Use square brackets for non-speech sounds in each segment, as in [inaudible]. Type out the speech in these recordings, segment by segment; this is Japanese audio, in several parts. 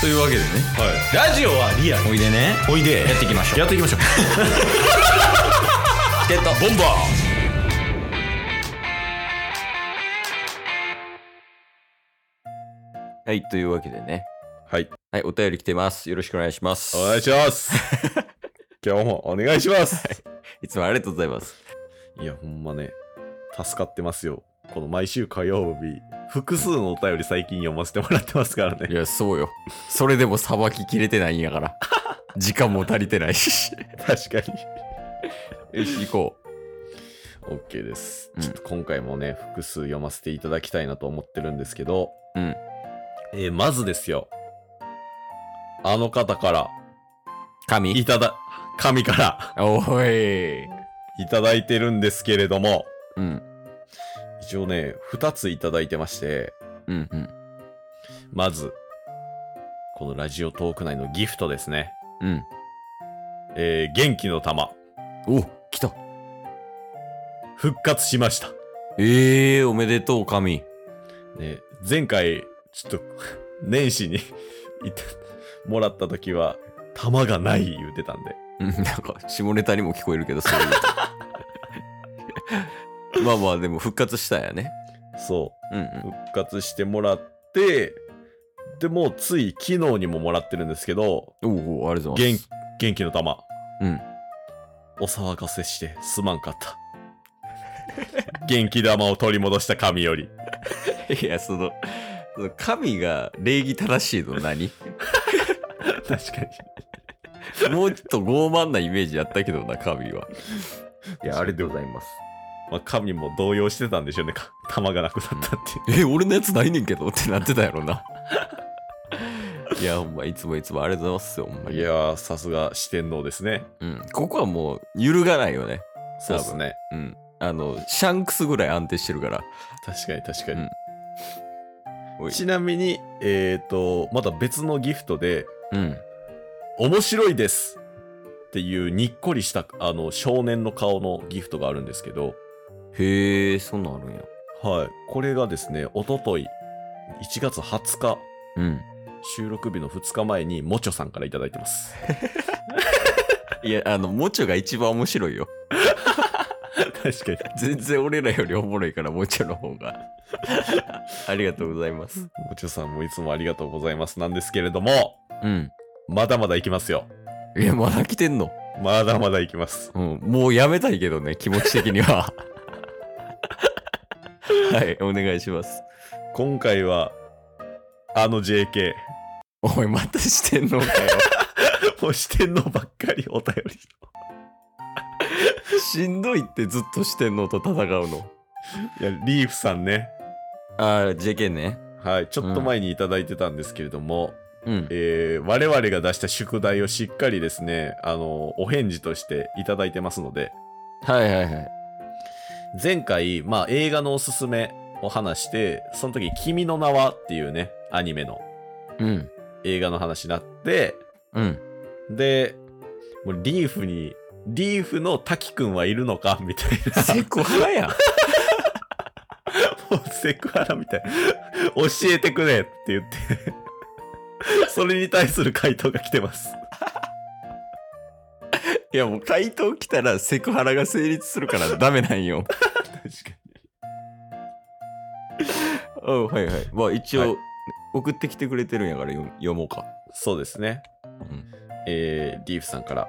というわけでねラジオはリアルおいでねおいでやっていきましょうやっていきましょうチケットボンバーはい、というわけでね。はいはい、お便り来てます。よろしくお願いします。お願いします [laughs] 今日もお願いしますいつもありがとうござい [laughs] ます。いやほんまね助かってますよこの毎週火曜日複数のお便り最近読ませてもらってますからいねや、そうよ。それでもさばききれてないんやから。時間も足りてないし。確か [laughs] によし、行こ OK です、うんちょっと今回もね複数読ませていただきたいなと思ってるんですけど、うんえーまずですよあの方からう。神いただ神からおーい。いただいてるんですけれどもうん。一応ね2ついただいてましてうんうん。まずこのラジオトーク内のギフトですねうん。えー元気の玉お来た。復活しましたええー、おめでとう、神。ね、前回、ちょっと、 [laughs] 年始に [laughs] いた、もらった時は、玉がない言うてたんで。うんなんか、下ネタにも聞こえるけど、そういう [laughs] と。まあまあ、でも復活したんやね。そうんうう。ん。復活してもらって、でもうつい昨日にももらってるんですけど、おおありがとうござい元ます。元気の玉。うん。お騒がせしてすまんかった。元気玉を取り戻した神よ [laughs] り。いや、その、その神が礼儀正しいの何 [laughs] 確かもうちょっと傲慢なイメージやったけどな、神は。いやありがとうございます。に。まあ、神も動揺してたんでしょうね。か [laughs] 玉がなくなったっていう。え、俺のやつないねんけどってなってたやろな。いや、ほんま、いつもいつもありがとうございますよ、ほんまいに。やー、さすが四天王ですね。うん。ここはもう、揺るがないよね。そうですね。うん。あの、シャンクスぐらい安定してるから。確かに確かに。うんおいちなみに、えっ、と、また別のギフトで、うん。面白いですっていうにっこりした、あの、少年の顔のギフトがあるんですけど、へえ、そんなんあるんや。はい。これがですね、おととい、1月20日、うん。収録日の2日前に、もちょさんからいただいてます。いや、あの、もちょが一番面白いよ。 [laughs] 確か全然俺らよりおもろいから、もちょの方が。ありがとうございます。に。もちょさんもいつもありがとうございますなんですけれども、うん。まだまだいきますよ。いや、まだ来てんの。まだまだいきます。うん。もうやめたいけどね、気持ち的に [laughs] は。はい、お願いします。今回は、あの JK、おい、またしてんのかよ。 [laughs] もう四天王ばっかりお便り。しんどいってずっとしてんのと戦うの。いや、リーフさんね。あー、JK ね。はい、ちょっと前にいただいてたんですけれども、うん。えー我々が出した宿題をしっかりですね、あの、お返事としていただいてますので、はいはいはい。前回、まあ、映画のおすすめを話して、その時、君の名はっていうね、アニメのうん。映画の話になって、うん。で、もうリーフに、リーフの滝くんはいるのかみたいな。 [laughs] セクハラ [laughs] やん。もうセクハラみたいな。教えてくれって言って、それに対する回答が来てます。いやもう回答来たらセクハラが成立するからダメなんよ。確かに。うん、はいはい。まあ一応、はい送ってきてくれてるんやから読読もうか。そうですね。うん、えー、リーフさんから。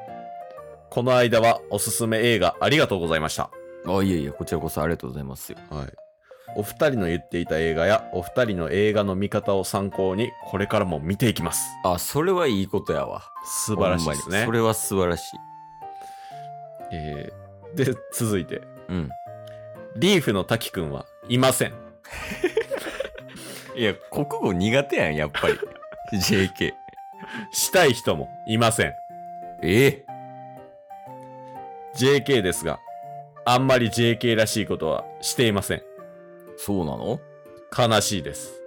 この間はおすすめ映画ありがとうございました。あ、いえいえ、こちらこそありがとうございますよ。はい。お二人の言っていた映画や、お二人の映画の見方を参考に、これからも見ていきます。あ、それはいいことやわ。素晴らしいですねほんまにそ。れは素晴らしい。えー、で、続いて。うん。リーフの滝くんはいません。いや、国語苦手やん、やっ [laughs] ぱり。JK。したい人もいません。え JK ですが、あんまり JK らしいことはしていません。そうなの悲しいです。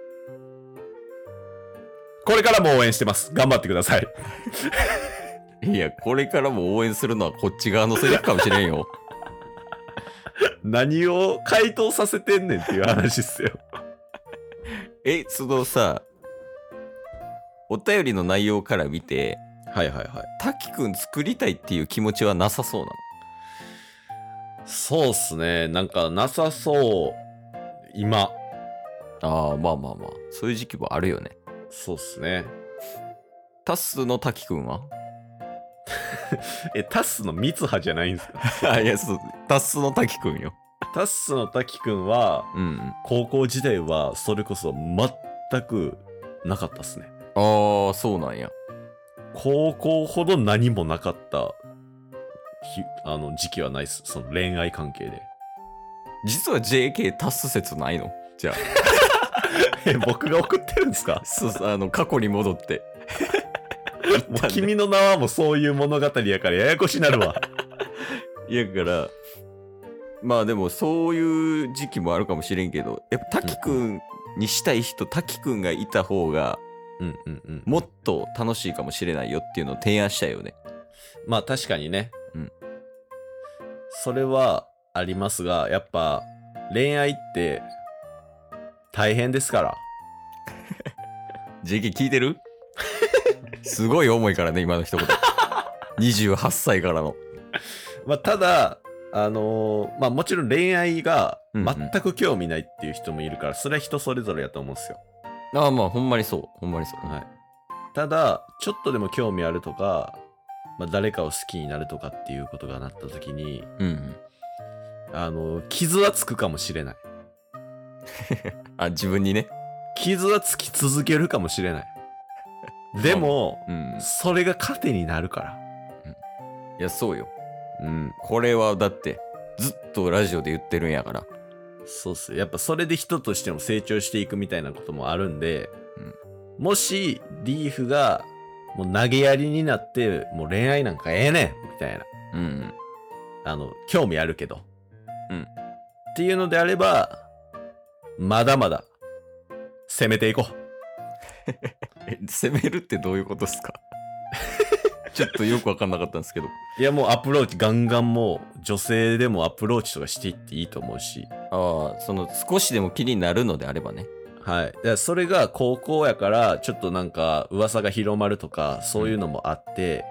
これからも応援してます。頑張ってください。いや、これからも応援するのはこっち側のセリフかもしれん [laughs] よ。 [laughs] 何を回答させてんねんっていう話っすよ。え、そのさ、お便りの内容から見てはいはいはい。滝くん作りたいっていう気持ちはなさそうなのそうっすね。なんかなさそう。今。ああまあまあまあそういう時期もあるよねそうっすね。タスの滝くんはえ、タッスのミツハじゃないんです [laughs] かあいやそうタスの滝くんよタッスの滝くんは、うんうん高校時代はそれこそ全くなかったっすね。ああそうなんや高校ほど何もなかったひあの時期はないっす。その恋愛関係で。実は JK タス説ないのじゃあえ、 [laughs] 僕が送ってるんです [laughs] かそうそうあの過去に戻ってもう君の名はもうそういう物語やからややこしなる [laughs] わ。いやだからまあでもそういう時期もあるかもしれんけどやっぱ滝くんにしたい人滝くんがいた方がうんうんうん。もっと楽しいかもしれないよっていうのを提案したいよねまあ確かにね。うんそれはありますが、やっぱ恋愛って大変ですから。 JK 聞いて [laughs] るすごい重いからね今の一言28歳からのまあただ、あのーまあもちろん恋愛がうんう全んく興味ないっていう人もいるから、それは人それぞれやと思うんですよ。ああまあほんまにそうほんまにそう、はい。ただ、ちょっとでも興味あるとか、まあ誰かを好きになるとかっていうことがなった時に、うんうんあのー傷はつくかもしれない。あ自分にね傷はつき続けるかもしれない。でも、うんそれが糧になるから。いやそうようん。これはだってずっとラジオで言ってるんやからそうっす。やっぱそれで人としても成長していくみたいなこともあるんで、もし、リーフが、もう投げやりになって、もう恋愛なんかええねんみたいな。うんうんあの、興味あるけど。うんっていうのであれば、まだまだ、攻めていこう。え攻めるってどういうことですか [laughs] ちょっとよく分かんなかったんですけどいや、もうアプローチ、ガンガンもう、女性でもアプローチとかしていっていいと思うし。ああその少しでも気になるのであればねはい。だからそれが高校やから、ちょっとなんか噂が広まるとか、そういうのもあって、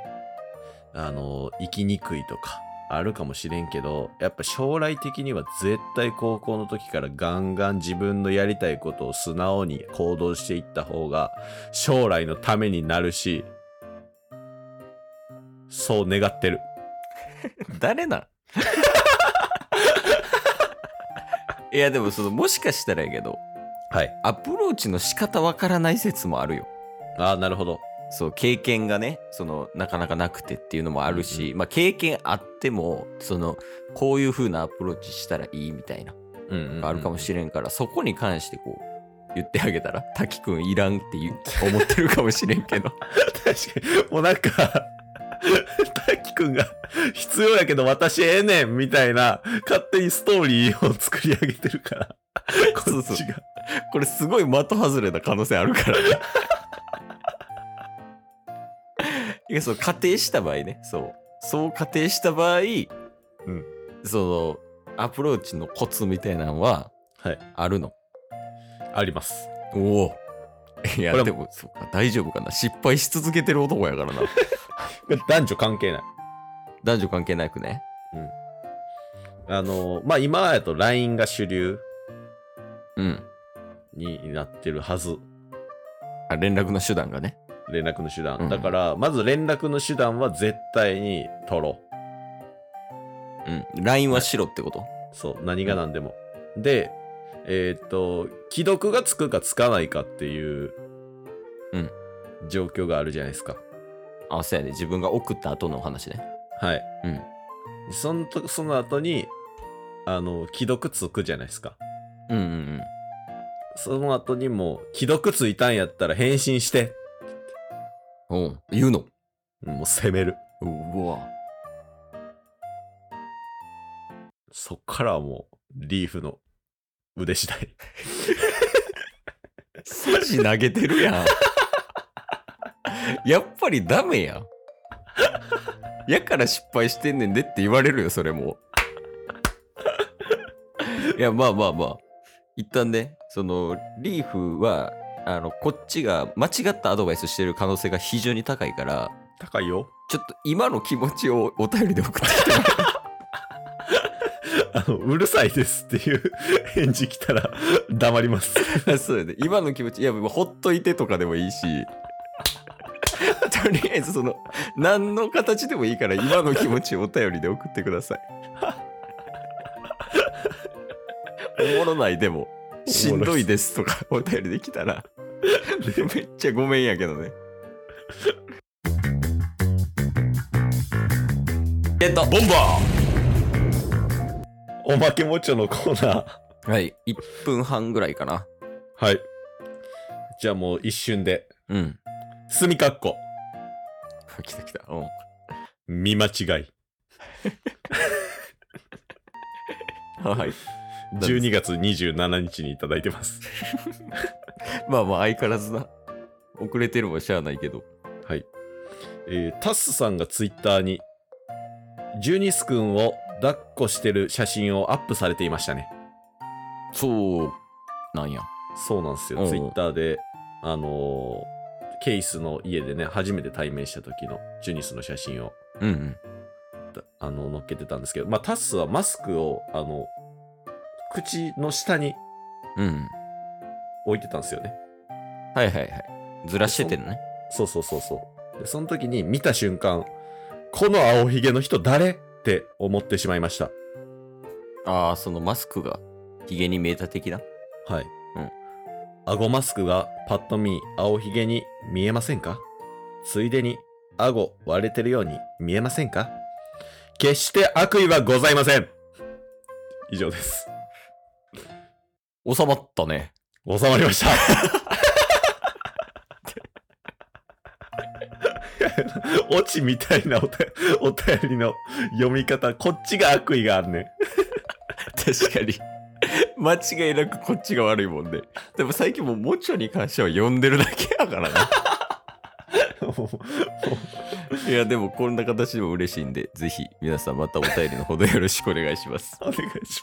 あの、生きにくいとか、あるかもしれんけど、やっぱ将来的には絶対高校の時からガンガン自分のやりたいことを素直に行動していった方が、将来のためになるし、そう願ってる。 [laughs] 誰なん [laughs] いやでもそのもしかしたらやけどはい。アプローチの仕方わからない説もあるよああ、なるほど。そう経験がねそのなかなかなくてっていうのもあるし、うんまあ、経験あってもそのこういう風なアプローチしたらいいみたいなうんうん、あるかもしれんから、そこに関してこう言ってあげたら滝くんいらんって言う思ってるかもしれんけど [laughs] 確かに、もうなんか、滝くんが必要やけど私ええねんみたいな、勝手にストーリーを作り上げてるから。こそうっそうちが。これすごい的外れな可能性あるからね [laughs] いやそう仮定した場合ねそうそう仮定した場合、うんそのアプローチのコツみたいなのははい。あるのあります。おおいこれやはでもそうか大丈夫かな失敗し続けてる男やからな男女関係ない。 [laughs] 男女関係なくねあの、まあ、今やと LINE が主流うんになってるはず。あ連絡の手段がね連絡の手段。うんだから、まず連絡の手段は絶対に取ろう。うん LINE はしろってこと、そう。何が何でも。で、えーっと、既読がつくかつかないかっていう、うん状況があるじゃないですか。あそうやね自分が送った後のお話ねはい。うんそのとその後に、あの、既読つくじゃないですか。うんうんその後にもう、既読ついたんやったら返信して、うんおう言うのうんもう攻める。うわそっからはもう、リーフの腕 [laughs] 次第。筋投げてるやん [laughs] やっぱりダメやんやから失敗してんねんでって言われるよそれもいやまあまあまあ一旦ねそのリーフはあのこっちが間違ったアドバイスしてる可能性が非常に高いから高いよ。ちょっと今の気持ちをお便りで送ってきてもらえあの、うるさいですっていう返事来たら黙ります。 [laughs] そうやね今の気持ちいやもうほっといてとかでもいいし [laughs] とりあえずその何の形でもいいから今の気持ちをお便りで送ってください [laughs] おもろないでもしんどいですとかお便りできたら [laughs] めっちゃごめんやけどねゲットボンバーおまけもちょのコーナー。はい1分半ぐらいかなはい。じゃあもう一瞬で。うん墨かっこ。来た来たうん見間違い。はい12月27日にいただいてます。まあまあ相変わらずな。遅れてるもしゃあないけど。はい。えータッスさんがツイッターに、ジュニス君を抱っこしてる写真をアップされていましたね。そうなんや。そうなんですうよ。んツイッターで、あのーケイスの家でね、初めて対面した時のジュニスの写真を、うんうん。だあの、載っけてたんですけど、まあ、タッスはマスクを、あの、口の下にうんうん。置いてたんですよね。はいはいはい。ずらしててんね。そうそうそうそう。で、その時に見た瞬間、この青ひげの人誰って思ってしまいました。ああ、そのマスクがヒゲに見えた的な。はい。うん。顎マスクがパッと見、青ひげに見えませんかついでに、顎割れてるように見えませんか決して悪意はございません以上です。収まったね。収まりました。オチみたいなおたお便りの読み方、こっちが悪意があんねん。確かに。間違いなくこっちが悪いもんで。でも最近もうもちょに関しては呼んでるだけやから [laughs] な。いや、でもこんな形でも嬉しいんで、ぜひ皆さんまたお便りのほどよろしくお願いします。 [laughs] お願いします。